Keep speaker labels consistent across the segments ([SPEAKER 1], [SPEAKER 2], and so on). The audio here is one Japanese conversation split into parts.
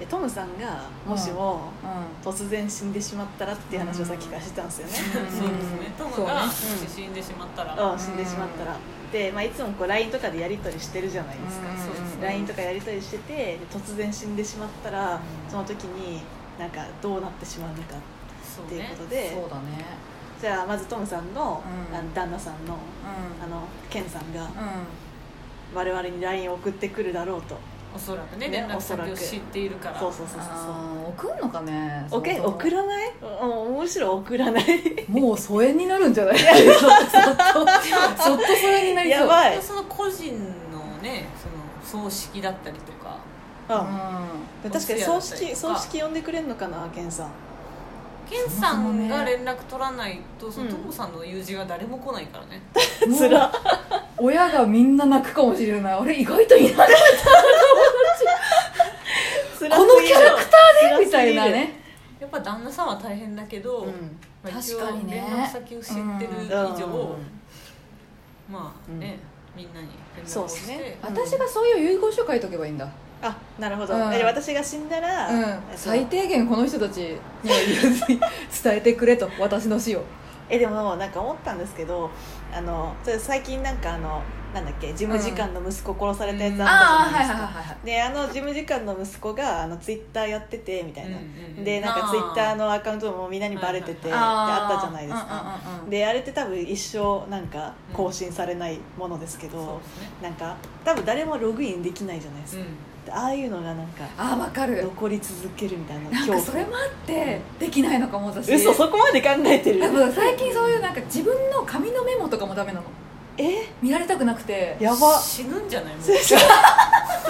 [SPEAKER 1] でトムさんがもしも
[SPEAKER 2] う
[SPEAKER 1] 突然死んでしまったらっていう話をさっきからしてたんですよね、
[SPEAKER 3] そうですねトムがもし死んでしまったら、
[SPEAKER 1] うん、死んでしまったら、で、まあ、いつもこう LINE とかでやり取りしてるじゃないですか、
[SPEAKER 2] うん
[SPEAKER 3] そうですね
[SPEAKER 1] LINE とかやり取りしててで突然死んでしまったら、その時になんかどうなってしまうのか
[SPEAKER 3] そう
[SPEAKER 1] っていう
[SPEAKER 3] ね
[SPEAKER 1] こと
[SPEAKER 2] ん、
[SPEAKER 1] で、
[SPEAKER 2] そうだね
[SPEAKER 1] じゃあまずトムさんの,、
[SPEAKER 2] うん
[SPEAKER 1] あの旦那さんのあのケンさんが
[SPEAKER 2] うんうん
[SPEAKER 1] 我々に LINE を送ってくるだろうと、
[SPEAKER 3] おそらくね
[SPEAKER 1] ね
[SPEAKER 3] 連絡
[SPEAKER 1] おそ
[SPEAKER 3] 先
[SPEAKER 1] ら
[SPEAKER 3] を
[SPEAKER 1] く
[SPEAKER 3] 知っているから
[SPEAKER 1] そうそうそうそうそう
[SPEAKER 2] あー送んのかね
[SPEAKER 1] おけ
[SPEAKER 2] 相当
[SPEAKER 1] 送らないうんむしろ送らない
[SPEAKER 2] もう疎遠になるんじゃ ないそっと疎遠になりそう
[SPEAKER 1] やばい、
[SPEAKER 3] その個人のねその葬式だったりとか
[SPEAKER 1] うん
[SPEAKER 2] う
[SPEAKER 1] 確かに葬
[SPEAKER 3] お通
[SPEAKER 1] 式
[SPEAKER 3] 夜だったりとか
[SPEAKER 1] 葬式呼んでくれんのかなケンさん
[SPEAKER 3] ケンさんが連絡取らないとその
[SPEAKER 1] うん
[SPEAKER 3] トムさんの友人が誰も来ないからね、
[SPEAKER 2] ん
[SPEAKER 1] つら
[SPEAKER 2] 親がみんな泣くかもしれない俺意外といない
[SPEAKER 1] こ
[SPEAKER 2] このキャラクターでみたいなね
[SPEAKER 3] やっぱ旦那さんは大変だけど、
[SPEAKER 1] うん
[SPEAKER 3] まあ、一応
[SPEAKER 2] 確かにね
[SPEAKER 3] 連絡先を知ってる以上、まあ
[SPEAKER 1] うん
[SPEAKER 3] ね、みんなに連絡
[SPEAKER 1] そう
[SPEAKER 3] を
[SPEAKER 1] っ
[SPEAKER 3] し
[SPEAKER 1] す
[SPEAKER 3] て、
[SPEAKER 1] ね
[SPEAKER 2] 私がそういう遺言書書いとけばいいんだ、
[SPEAKER 1] あなるほど、
[SPEAKER 2] うん
[SPEAKER 1] え私が死んだら、
[SPEAKER 2] うん、
[SPEAKER 1] そう
[SPEAKER 2] 最低限この人たちには言わずに 伝えてくれと私の死を
[SPEAKER 1] えでもなんか思ったんですけどあのそれ最近なんかあのなんだっけ事務次官の息子殺されたやつあったじゃないですか、
[SPEAKER 2] いはい
[SPEAKER 1] であの事務次官の息子があのツイッターやっててみたいな、でなんかツイッター
[SPEAKER 3] の
[SPEAKER 1] のアカウントもみんなにバレててってあったじゃないですか、であれって多分一生なんか更新されないものですけど、
[SPEAKER 3] そうですね
[SPEAKER 1] なんか多分誰もログインできないじゃないです
[SPEAKER 3] う
[SPEAKER 1] か、
[SPEAKER 3] ん
[SPEAKER 1] でああいうのがなんか
[SPEAKER 2] ああ分かる
[SPEAKER 1] 残り続けるみたいな
[SPEAKER 2] なんかそれもあってできないのかも私
[SPEAKER 1] 嘘そこまで考えてる
[SPEAKER 2] 多分最近そういうなんか自分の紙のメモとかもダメなの
[SPEAKER 1] え
[SPEAKER 2] 見られたくなくて
[SPEAKER 1] やば
[SPEAKER 3] 死ぬんじゃないも う
[SPEAKER 1] そうそ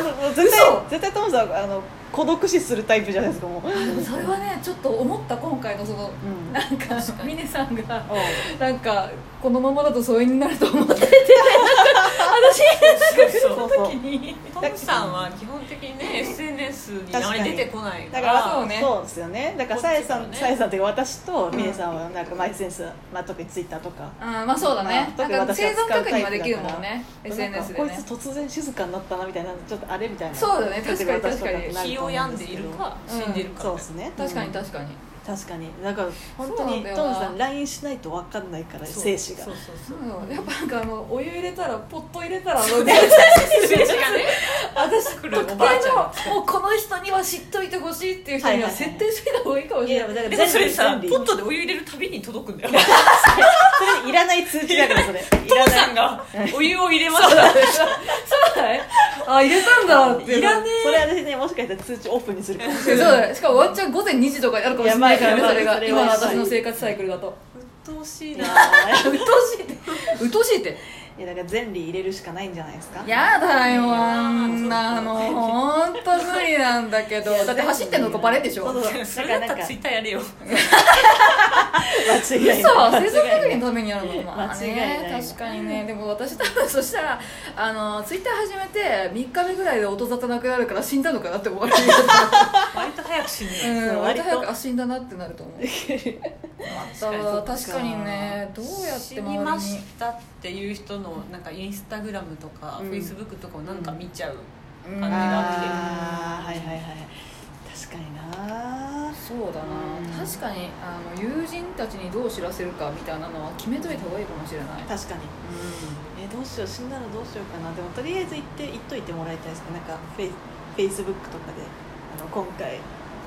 [SPEAKER 1] うもう絶対
[SPEAKER 2] 嘘
[SPEAKER 1] 絶対トムさんあの孤独死するタイプじゃないですかもう、
[SPEAKER 2] あでもそれはねちょっと思った今回のそ
[SPEAKER 1] う
[SPEAKER 2] の
[SPEAKER 1] ん
[SPEAKER 2] なんか
[SPEAKER 3] 確かに
[SPEAKER 2] 峰さんが
[SPEAKER 1] おう
[SPEAKER 2] なんかこのままだと疎遠になると思って てなんか私
[SPEAKER 3] そう
[SPEAKER 2] そ
[SPEAKER 3] そ
[SPEAKER 2] の
[SPEAKER 3] う
[SPEAKER 2] 時に
[SPEAKER 3] トムさんは基本的にね SNS にあまり出てこない
[SPEAKER 1] だ
[SPEAKER 3] か
[SPEAKER 1] か
[SPEAKER 3] ら
[SPEAKER 1] ら
[SPEAKER 2] そ
[SPEAKER 1] そうう,、
[SPEAKER 2] ね
[SPEAKER 1] ですよねだから
[SPEAKER 3] こっ
[SPEAKER 1] さ
[SPEAKER 3] ち
[SPEAKER 1] えさ
[SPEAKER 3] から
[SPEAKER 1] ん
[SPEAKER 3] ね
[SPEAKER 1] さえ、さんっていうか私とミネさんはなんかマイセンス、まあ、特にツイッターとか
[SPEAKER 2] うんまあそうだね
[SPEAKER 1] まあ
[SPEAKER 2] なんか
[SPEAKER 1] 特に
[SPEAKER 2] 生
[SPEAKER 1] 私
[SPEAKER 2] 存
[SPEAKER 1] は使う
[SPEAKER 2] 確
[SPEAKER 1] タイプだか
[SPEAKER 2] 認
[SPEAKER 1] ら
[SPEAKER 2] はできるもんね SNS で
[SPEAKER 1] なんか
[SPEAKER 2] ね
[SPEAKER 1] こいつ突然静かになったなみたいなちょっとあれみたいな
[SPEAKER 2] そうだね確かに確かに
[SPEAKER 3] 気を病んでいるか
[SPEAKER 2] うん
[SPEAKER 3] 死んでいる
[SPEAKER 1] そ
[SPEAKER 3] か
[SPEAKER 1] うですね
[SPEAKER 2] 確かに
[SPEAKER 1] うん
[SPEAKER 2] 確かに
[SPEAKER 1] 確かにだから本当
[SPEAKER 2] そうなん
[SPEAKER 1] に
[SPEAKER 2] だ
[SPEAKER 1] ト
[SPEAKER 2] よ
[SPEAKER 1] ム
[SPEAKER 2] な
[SPEAKER 1] さん LINE しないと分かんないから
[SPEAKER 3] そう
[SPEAKER 1] 精子が
[SPEAKER 3] そうそう
[SPEAKER 2] そ
[SPEAKER 3] そうう
[SPEAKER 2] よやっぱなんかあのお湯入れたらポット入れたらあの
[SPEAKER 3] 精子がね
[SPEAKER 2] 私
[SPEAKER 3] 来
[SPEAKER 2] 特
[SPEAKER 3] る
[SPEAKER 2] 定
[SPEAKER 3] おばあち
[SPEAKER 2] のもうこの人には知っといてほしいっていう人には
[SPEAKER 1] はいはいはい
[SPEAKER 2] 設定しといた方がいいかもし
[SPEAKER 1] い
[SPEAKER 2] れ
[SPEAKER 1] や
[SPEAKER 2] ない
[SPEAKER 1] だから
[SPEAKER 3] でもそれさ
[SPEAKER 1] 全部
[SPEAKER 3] ポットでお湯入れるたびに届くんだよ
[SPEAKER 1] それいらない通知だからそれい
[SPEAKER 3] ト
[SPEAKER 1] ら
[SPEAKER 3] ムさ
[SPEAKER 1] なんい
[SPEAKER 3] がお湯を入れました
[SPEAKER 2] そうだねあ入れたんだっていう
[SPEAKER 1] いらねえそれ私ねもしかしたら通知オープンにするかもし
[SPEAKER 2] そ
[SPEAKER 1] れ
[SPEAKER 2] う
[SPEAKER 1] ない
[SPEAKER 2] だねしかもワンチャン午前2時とかにあるかもしれな
[SPEAKER 1] や
[SPEAKER 2] いからねそ
[SPEAKER 1] ばい
[SPEAKER 2] れが
[SPEAKER 1] やばい
[SPEAKER 2] 今の
[SPEAKER 1] それは
[SPEAKER 2] 私の生活サイクルだと
[SPEAKER 3] 鬱陶しい
[SPEAKER 1] いや
[SPEAKER 3] な
[SPEAKER 2] うっとうしいってうっとうしいって
[SPEAKER 1] いやだから全理入れるしかないんじゃないですか
[SPEAKER 2] やだよあんなの本当無理なんだけどだって走ってんのかバレんでしょ
[SPEAKER 1] そう
[SPEAKER 2] 嘘
[SPEAKER 1] そうそう
[SPEAKER 3] それだったらツイッターやれよ
[SPEAKER 1] 間違いない
[SPEAKER 2] は生存確認のためにあるのまあ
[SPEAKER 1] 間違いない
[SPEAKER 2] ね確かにねでも私多分そしたらあのツイッター始めて3日目ぐらいで音沙汰なくなるから死んだのかなって思われる
[SPEAKER 3] 割と早く死ぬ
[SPEAKER 2] う
[SPEAKER 1] そ
[SPEAKER 2] ん
[SPEAKER 1] う割
[SPEAKER 2] 割
[SPEAKER 1] と
[SPEAKER 2] と早くあ死んだなってなると思うまた
[SPEAKER 3] 確
[SPEAKER 2] 確かにねどうやって周
[SPEAKER 3] 死
[SPEAKER 2] り
[SPEAKER 3] にまし
[SPEAKER 2] に
[SPEAKER 3] たっていう人のなんかインスタグラムとか
[SPEAKER 1] う
[SPEAKER 3] フ
[SPEAKER 1] ん
[SPEAKER 3] ェイスブックとかをなんか見ちゃう、
[SPEAKER 2] うん
[SPEAKER 3] 感じが起きてる
[SPEAKER 1] あーはいはいはい確かにな
[SPEAKER 2] そうだな確かにあの友人たちにどう知らせるかみたいなのは決めといた方がいいかもしれない
[SPEAKER 1] 確かにえどうしよう死んだらどうしようかなでもとりあえず言って言っといてもらいたいですねなんかフェイフェイスブックとかであの今回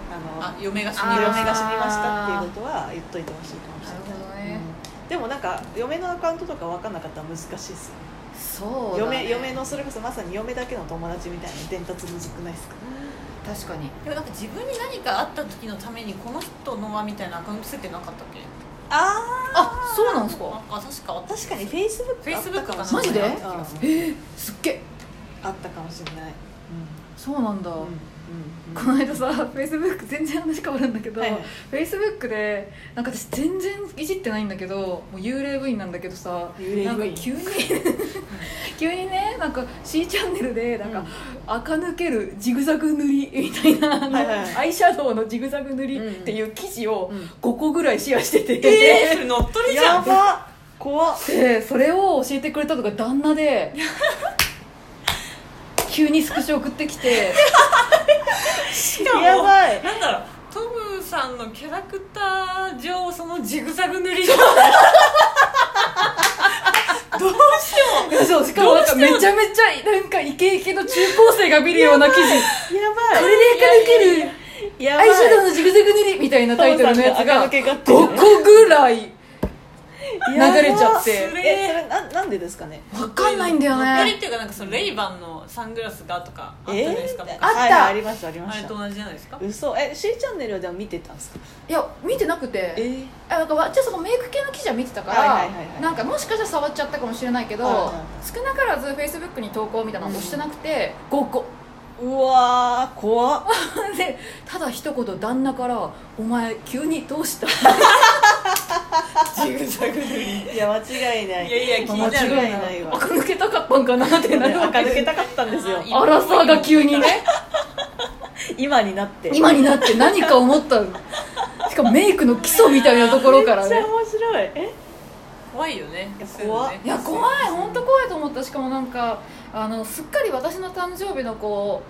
[SPEAKER 1] あの
[SPEAKER 3] あ嫁が死
[SPEAKER 1] 嫁
[SPEAKER 3] にまし
[SPEAKER 1] が死にましたっていうことは言っといてほしいかもし
[SPEAKER 2] な
[SPEAKER 1] れない
[SPEAKER 2] るほどね
[SPEAKER 1] うんでもなんか嫁のアカウントとか分かんなかったら難しいですよね
[SPEAKER 2] そうだ
[SPEAKER 1] 嫁
[SPEAKER 2] ね
[SPEAKER 1] 嫁のそれこそまさに嫁だけの友達みたいな伝達むずくないですか
[SPEAKER 2] 確かに
[SPEAKER 3] たでもなんか自分に何かあった時のためにこの人のはみたいなアカウント設定なかったっけ
[SPEAKER 1] あ
[SPEAKER 2] あそうなんです
[SPEAKER 3] な
[SPEAKER 2] か
[SPEAKER 3] んか確かあっ
[SPEAKER 1] あ
[SPEAKER 3] た
[SPEAKER 1] 確かにフェイスブック
[SPEAKER 3] Facebook かな
[SPEAKER 2] マジで
[SPEAKER 1] うん、
[SPEAKER 2] すっげえ
[SPEAKER 1] あったかもしれない
[SPEAKER 2] そうなんだ、
[SPEAKER 1] うんうんうん
[SPEAKER 2] この間さフェイスブック全然話変わるんだけど、
[SPEAKER 1] はいはい
[SPEAKER 2] フェイスブックでなんか私全然いじってないんだけどもう幽霊部員なんだけどさ
[SPEAKER 1] 幽霊部員
[SPEAKER 2] なんか急に 急にねなんか C チャンネルでなんか、
[SPEAKER 1] うん
[SPEAKER 2] 垢抜けるジグザグ塗りみたいなあの
[SPEAKER 1] はいはい
[SPEAKER 2] アイシャドウのジグザグ塗りっていう記事を
[SPEAKER 1] うん
[SPEAKER 2] 5個ぐらいシェアしてて、
[SPEAKER 3] えーそれ乗っ取りじゃ
[SPEAKER 1] や
[SPEAKER 3] ん
[SPEAKER 1] ば怖っ
[SPEAKER 2] でそれを教えてくれたのが旦 那で急にスクショ送ってきて
[SPEAKER 3] しかも
[SPEAKER 1] や
[SPEAKER 3] ジグザグ塗りじゃない
[SPEAKER 1] どうし
[SPEAKER 2] そうしかもなんかめちゃめちゃなんかイケイケの中高生が見るような記事
[SPEAKER 1] てやばい
[SPEAKER 2] これでいかれてる
[SPEAKER 1] やば
[SPEAKER 2] ア
[SPEAKER 1] い
[SPEAKER 2] イシャドウのジグザグ塗りみたいなタイトルのやつが
[SPEAKER 1] トムさんが垢抜けが
[SPEAKER 2] 5
[SPEAKER 1] ってる
[SPEAKER 2] 個ぐらい
[SPEAKER 1] やば
[SPEAKER 2] 流れちゃって
[SPEAKER 1] それえそれななんでですかね
[SPEAKER 2] わかんないんだよ
[SPEAKER 3] 乗っかりっ
[SPEAKER 2] ね
[SPEAKER 3] ていうかなんかそのレイバンのサングラスがとかあったじゃない
[SPEAKER 1] え
[SPEAKER 3] ですか、
[SPEAKER 1] ー
[SPEAKER 3] 昔
[SPEAKER 2] あった
[SPEAKER 1] はいはいありましたありま
[SPEAKER 3] あれ
[SPEAKER 1] し
[SPEAKER 3] と
[SPEAKER 1] た
[SPEAKER 3] 同じじゃないですか
[SPEAKER 1] 嘘え C チャンネルはでも見てたんですか
[SPEAKER 2] いや見てなくて
[SPEAKER 1] え
[SPEAKER 2] あなんか私はそのメイク系の記事は見てたから、
[SPEAKER 1] はいはいはいはい
[SPEAKER 2] なんかもしかしたら触っちゃったかもしれないけど、
[SPEAKER 1] はいはいは
[SPEAKER 2] 少なからずフェイスブックに投稿みたいなのをしてなくて、5個
[SPEAKER 1] ー、うわー怖っ
[SPEAKER 2] でただ一言旦那から「お前急にどうした?」
[SPEAKER 3] ジグザグ塗りい
[SPEAKER 1] いや間違いない
[SPEAKER 3] やいや気になる
[SPEAKER 1] 間違いないわ
[SPEAKER 2] 垢抜けたかったんかなってなるわ
[SPEAKER 1] 垢
[SPEAKER 2] け
[SPEAKER 1] 抜け
[SPEAKER 2] で
[SPEAKER 1] たかったんですよ
[SPEAKER 3] あい
[SPEAKER 2] アラサーが急にね
[SPEAKER 1] 今になって
[SPEAKER 2] 今になって何か思ったのしかもメイクの基礎みたいなところから
[SPEAKER 1] めっ
[SPEAKER 2] ね
[SPEAKER 1] ちゃ面白いえ
[SPEAKER 3] 怖いよね
[SPEAKER 1] いや
[SPEAKER 3] そううのね
[SPEAKER 2] いや怖い本当怖いと思ったしかもなんかあのすっかり私の誕生日のこ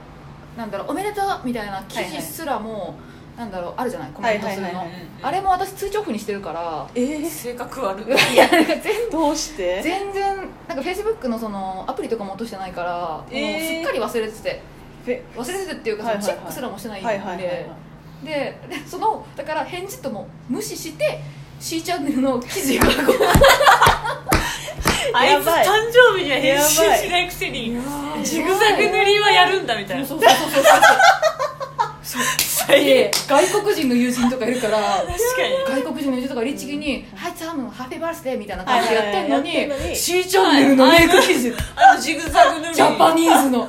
[SPEAKER 2] うなんだろうおめでとうみたいな記
[SPEAKER 1] はいは
[SPEAKER 2] 事
[SPEAKER 1] い
[SPEAKER 2] すらも、なんだろうあるじゃないコメントするの、
[SPEAKER 1] はいはいはい
[SPEAKER 3] はいうん
[SPEAKER 2] あれも私通知オフにして るから
[SPEAKER 1] え
[SPEAKER 3] 性格悪い
[SPEAKER 2] いやなんか全然
[SPEAKER 1] どうして
[SPEAKER 2] 全然なんかフェイスブックのそのアプリとかも落としてないから、
[SPEAKER 1] えー
[SPEAKER 2] もうすっかり忘れてて
[SPEAKER 1] え
[SPEAKER 2] 忘れててっていうかそ
[SPEAKER 1] はい
[SPEAKER 2] の
[SPEAKER 1] はい
[SPEAKER 2] チ
[SPEAKER 1] はい
[SPEAKER 2] ェックすらもしてないんで、
[SPEAKER 1] はいはいはいはい
[SPEAKER 2] ででそのだから返事とも無視して C チャンネルの記事がこう
[SPEAKER 3] あいつ
[SPEAKER 1] やばい
[SPEAKER 3] 誕生日には編集しないくせにジグザグ塗りはやるんだみた いな
[SPEAKER 2] そうそうそうそうで外国人の友人とかいるから
[SPEAKER 3] 確かに
[SPEAKER 2] 外国人の友人とか律儀に「はいチャームハッピーバースデー」みたいな感じでやってんの
[SPEAKER 1] はいはいはいやってんの
[SPEAKER 2] に
[SPEAKER 1] に
[SPEAKER 2] C チャンネルのメイク記事
[SPEAKER 3] あのジグザグ塗 り
[SPEAKER 2] ジャパニーズのこ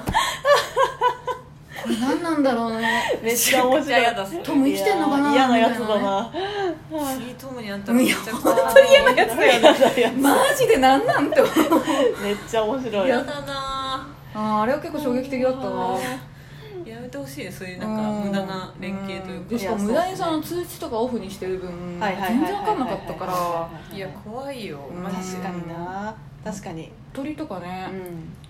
[SPEAKER 2] れ何なんだろうね
[SPEAKER 1] めっちゃ面
[SPEAKER 3] めっちゃ
[SPEAKER 1] 白
[SPEAKER 3] 嫌
[SPEAKER 1] い
[SPEAKER 3] だそれ
[SPEAKER 2] トム生きてんのかな
[SPEAKER 1] やー
[SPEAKER 2] い
[SPEAKER 1] 嫌なやつだな
[SPEAKER 3] シートムにあったらめっちゃ怖
[SPEAKER 2] い
[SPEAKER 3] い
[SPEAKER 2] や本当に嫌なやつだよ
[SPEAKER 1] 嫌なや
[SPEAKER 2] マジで何なんて思う
[SPEAKER 1] つめっちゃ面白い
[SPEAKER 3] 嫌だな
[SPEAKER 2] あーあれは結構衝撃的だったな
[SPEAKER 3] ぁやめてほしいねそういうなんか無駄な連携という
[SPEAKER 2] で
[SPEAKER 1] ん
[SPEAKER 2] し
[SPEAKER 3] か
[SPEAKER 2] かも無駄にその通知とかオフにしてる分
[SPEAKER 1] はいはいはい
[SPEAKER 2] 全
[SPEAKER 1] はい
[SPEAKER 2] 然分かんなかったから
[SPEAKER 3] いや怖いよ
[SPEAKER 2] ん
[SPEAKER 3] マジ
[SPEAKER 1] 確
[SPEAKER 3] で
[SPEAKER 1] か
[SPEAKER 3] やっ
[SPEAKER 1] にな確かに
[SPEAKER 2] 鳥とか
[SPEAKER 1] う
[SPEAKER 2] ね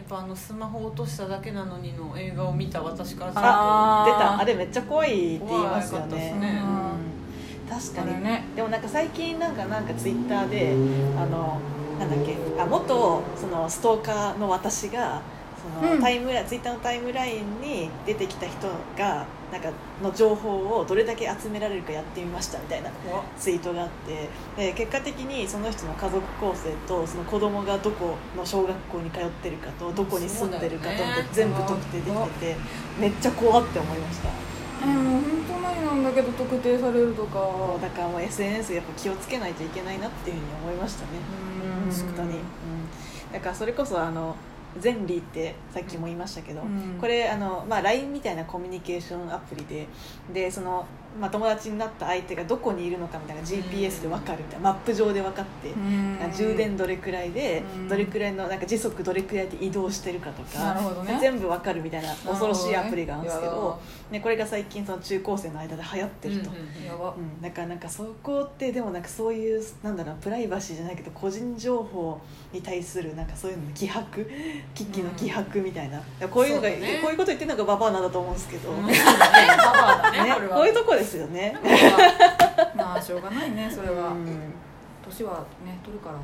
[SPEAKER 1] ん
[SPEAKER 3] ぱあのスマホ落としただけなのにの映画を見た私からすると
[SPEAKER 2] あ
[SPEAKER 1] あ
[SPEAKER 2] ー
[SPEAKER 1] 出たあれめっちゃ怖いって言いますよ
[SPEAKER 3] 怖かったっ
[SPEAKER 1] ね
[SPEAKER 3] すね
[SPEAKER 1] うん確
[SPEAKER 2] あ
[SPEAKER 1] か
[SPEAKER 2] れ
[SPEAKER 1] に
[SPEAKER 2] ね
[SPEAKER 1] でもなんか最近なんかなんかツイッターであのなんだっけあ元そのストーカーの私がその、
[SPEAKER 2] うん
[SPEAKER 1] タイムラインツイッターのタイムラインに出てきた人がなんかの情報をどれだけ集められるかやってみましたみたいな
[SPEAKER 3] 怖っ
[SPEAKER 1] ツイートがあってで結果的にその人の家族構成とその子供がどこの小学校に通ってるかとどこに住んでるかと
[SPEAKER 3] そうだよね
[SPEAKER 1] 全部特定できててめっちゃ怖って思いました
[SPEAKER 2] えーもう本当前なんだけど特定されるとか
[SPEAKER 1] そうだからもう SNS やっぱ気をつけないといけないなっていうふうに思いましたね
[SPEAKER 2] うん
[SPEAKER 1] 本当に、うん、だからそれこそあのゼンリーってさっきも言いましたけど、
[SPEAKER 2] うん
[SPEAKER 1] これあの、まあ、LINE みたいなコミュニケーションアプリででその、まあ、友達になった相手がどこにいるのかみたいな GPS で分かるみたいな、マップ上で分かって、
[SPEAKER 2] うん
[SPEAKER 1] 充電どれくらいで、
[SPEAKER 2] うん
[SPEAKER 1] どれくらいのなんか時速どれくらいで移動してるかと
[SPEAKER 2] なる
[SPEAKER 1] か、
[SPEAKER 2] ほどね
[SPEAKER 1] 全部わかるみたいな恐ろしいアプリがあるんですけ
[SPEAKER 2] なる
[SPEAKER 1] ど
[SPEAKER 2] ほ、
[SPEAKER 1] ね、これが最近その中高生の間で流行ってると、うん
[SPEAKER 2] やば
[SPEAKER 1] だからなんかそこってでもなんかそういうなんだろうプライバシーじゃないけど個人情報に対するなんかそういうのの希薄 危機の希薄みたいな、だからこういうのが
[SPEAKER 3] そうだね
[SPEAKER 1] こういうこと言ってるのがババアなんだと思うんですけど、
[SPEAKER 3] うん
[SPEAKER 1] ね、
[SPEAKER 3] そうだねパパだねこれは
[SPEAKER 1] こういうとこですよね。
[SPEAKER 2] まあしょうがないねそれは
[SPEAKER 1] うん
[SPEAKER 2] 年はね取るから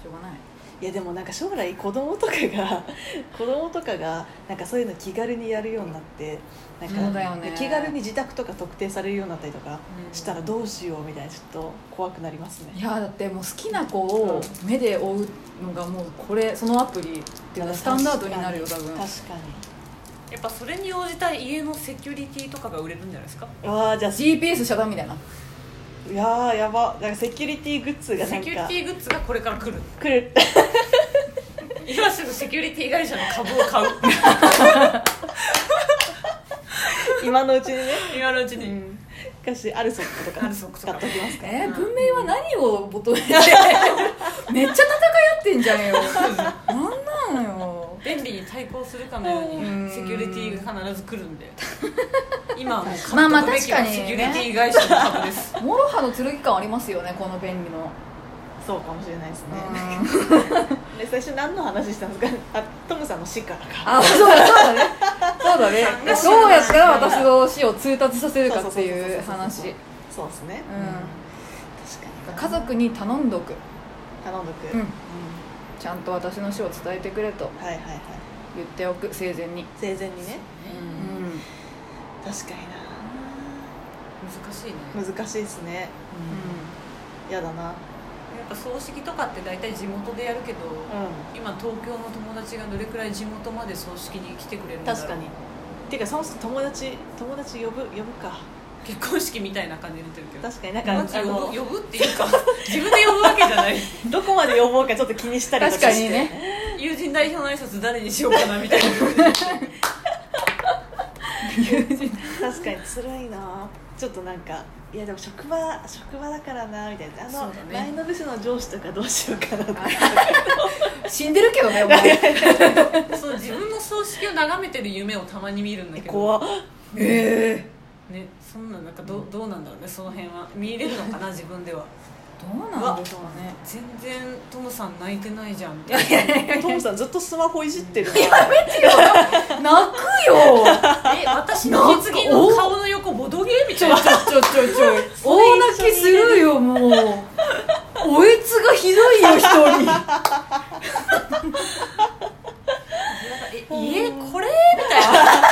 [SPEAKER 2] しょうがない
[SPEAKER 1] いやでもなんか将来子供とかが 子供とかがなんかそういうの気軽にやるようになってなんか
[SPEAKER 2] そうだよね
[SPEAKER 1] 気軽に自宅とか特定されるようになったりとか
[SPEAKER 3] うん
[SPEAKER 1] したらどうしようみたいなちょっと怖くなります
[SPEAKER 2] い
[SPEAKER 1] ね。
[SPEAKER 2] やだってもう好きな子を目で追うのがもうこれそのアプリっていうかスタンダードになるよ多分
[SPEAKER 1] 確か
[SPEAKER 3] やっぱそれに応じた家のセキュリティとかが売れるんじゃないですか
[SPEAKER 1] に。わあじゃあ
[SPEAKER 2] GPS 遮断みたいない
[SPEAKER 1] やーやばなんかセキュリティグッズがな
[SPEAKER 3] セ
[SPEAKER 1] ん
[SPEAKER 3] キュリ
[SPEAKER 1] か
[SPEAKER 3] ティグッズがこれから来る
[SPEAKER 1] 来る
[SPEAKER 3] 今すぐセキュリティ会社の株を買う
[SPEAKER 1] 今のうちにね。
[SPEAKER 3] 今のうち
[SPEAKER 1] う
[SPEAKER 3] に
[SPEAKER 1] ん。昔アルソックとか
[SPEAKER 3] アルソックと
[SPEAKER 1] 買
[SPEAKER 3] か
[SPEAKER 1] っときますか。
[SPEAKER 2] え
[SPEAKER 3] う
[SPEAKER 2] ー、
[SPEAKER 3] ん
[SPEAKER 2] 文明は何を求めてめっちゃ戦い合ってんじゃんよなんなのよ
[SPEAKER 3] 便利に対抗するかのよう
[SPEAKER 2] うん
[SPEAKER 3] にセキュリティが必ず来るんで今はもう
[SPEAKER 2] まあまあ
[SPEAKER 3] 買っとくべきは
[SPEAKER 2] 確かにね
[SPEAKER 3] セキュリティ会社の株です
[SPEAKER 2] もろはの剣感ありますよねこの便利の
[SPEAKER 1] そうかもしれないですね。
[SPEAKER 2] うん
[SPEAKER 1] で最初何の話したんですか。あトムさんの死からか。
[SPEAKER 2] あそうだそうだねそうだねどうやったら私の死を通達させるかって
[SPEAKER 1] そうそうそう
[SPEAKER 2] い
[SPEAKER 1] そううそう
[SPEAKER 2] 話
[SPEAKER 1] そうですね。
[SPEAKER 2] うん
[SPEAKER 1] 確かに
[SPEAKER 2] か家族に頼んどく、
[SPEAKER 1] 頼んどく、
[SPEAKER 2] うん
[SPEAKER 1] うん、
[SPEAKER 2] ちゃんと私の死を伝えてくれと
[SPEAKER 1] はいはいはい
[SPEAKER 2] 言っておく生前に、
[SPEAKER 1] 生前にね
[SPEAKER 2] う
[SPEAKER 3] うん
[SPEAKER 2] ん
[SPEAKER 1] 確か
[SPEAKER 3] 難しいね
[SPEAKER 1] にな難しいですねうんやだな
[SPEAKER 3] やっぱ葬式とかって大体地元でやるけど、
[SPEAKER 1] う
[SPEAKER 3] 今東京の友達がどれくらい地元まで葬式に来てくれるん
[SPEAKER 1] ん
[SPEAKER 3] だろう
[SPEAKER 1] 確かにていうかそもそも友達友達呼ぶ呼ぶか
[SPEAKER 3] 結婚式みたいな感じになってるけど
[SPEAKER 1] 確かになんか
[SPEAKER 3] 友達
[SPEAKER 1] あの
[SPEAKER 3] 呼ぶ呼ぶっていうか自分で呼ぶわけじゃない
[SPEAKER 1] どこまで呼ぼうかちょっと気にしたりとかして
[SPEAKER 2] 確かにね
[SPEAKER 3] 友人代表の挨拶誰にしようかなみたいな
[SPEAKER 1] 確かに辛いなちょっとなんかいやでも職場職場だからなみたいなあ
[SPEAKER 3] そ
[SPEAKER 1] の、
[SPEAKER 3] うだ
[SPEAKER 1] 前
[SPEAKER 3] ね
[SPEAKER 1] の部署の上司とかどうしようかなとか
[SPEAKER 2] 死んでるけどねもう
[SPEAKER 3] そう自分の葬式を眺めてる夢をたまに見るんだけど
[SPEAKER 1] 怖っ
[SPEAKER 2] え
[SPEAKER 3] ねそんななんかどうどうなんだろうねその辺は見れるのかな自分では
[SPEAKER 2] どうなんでしょうね
[SPEAKER 3] 全然トムさん泣いてないじゃんみたいな
[SPEAKER 1] トムさんずっとスマホいじってる
[SPEAKER 2] 泣くよ
[SPEAKER 3] え私の引き継ぎの顔の横ボドゲみ
[SPEAKER 2] ち
[SPEAKER 3] た
[SPEAKER 2] ょ
[SPEAKER 3] い
[SPEAKER 2] い
[SPEAKER 3] な
[SPEAKER 2] ちょいちょいちょい大泣きするよもうおえつがひどいよ一人
[SPEAKER 3] え家これみたいな
[SPEAKER 1] な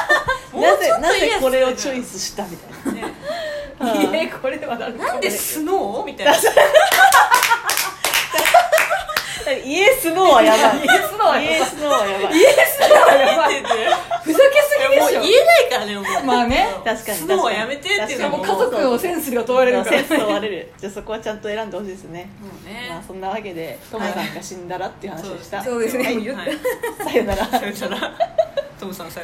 [SPEAKER 1] なぜな
[SPEAKER 3] と家
[SPEAKER 1] ぜ
[SPEAKER 3] 康
[SPEAKER 1] これをチョイスしたみたいなうん
[SPEAKER 2] いやこれはなる
[SPEAKER 3] なんでスノーみたいな
[SPEAKER 1] イエスノーはやばい
[SPEAKER 2] イエスノーは
[SPEAKER 1] イエ
[SPEAKER 2] やば
[SPEAKER 1] スノーはやばい
[SPEAKER 2] イエスノーはやばいふざけ
[SPEAKER 3] もう
[SPEAKER 2] すぎ
[SPEAKER 3] 言
[SPEAKER 2] でし
[SPEAKER 3] えないからねもう
[SPEAKER 2] ょまあね
[SPEAKER 1] 確かに
[SPEAKER 3] スノーはやめてっていうの
[SPEAKER 2] もう
[SPEAKER 3] も
[SPEAKER 2] 家族のセンスが問われるから
[SPEAKER 1] センス問われるじゃあそこはちゃんと選んでほしいですね
[SPEAKER 3] もう
[SPEAKER 1] まあ
[SPEAKER 3] ね
[SPEAKER 1] そんなわけでトムさんが死んだらっていう話でした、
[SPEAKER 2] そうですね
[SPEAKER 3] はい
[SPEAKER 2] もう言っ
[SPEAKER 3] はい
[SPEAKER 1] さよなら
[SPEAKER 3] そしたらトムさん最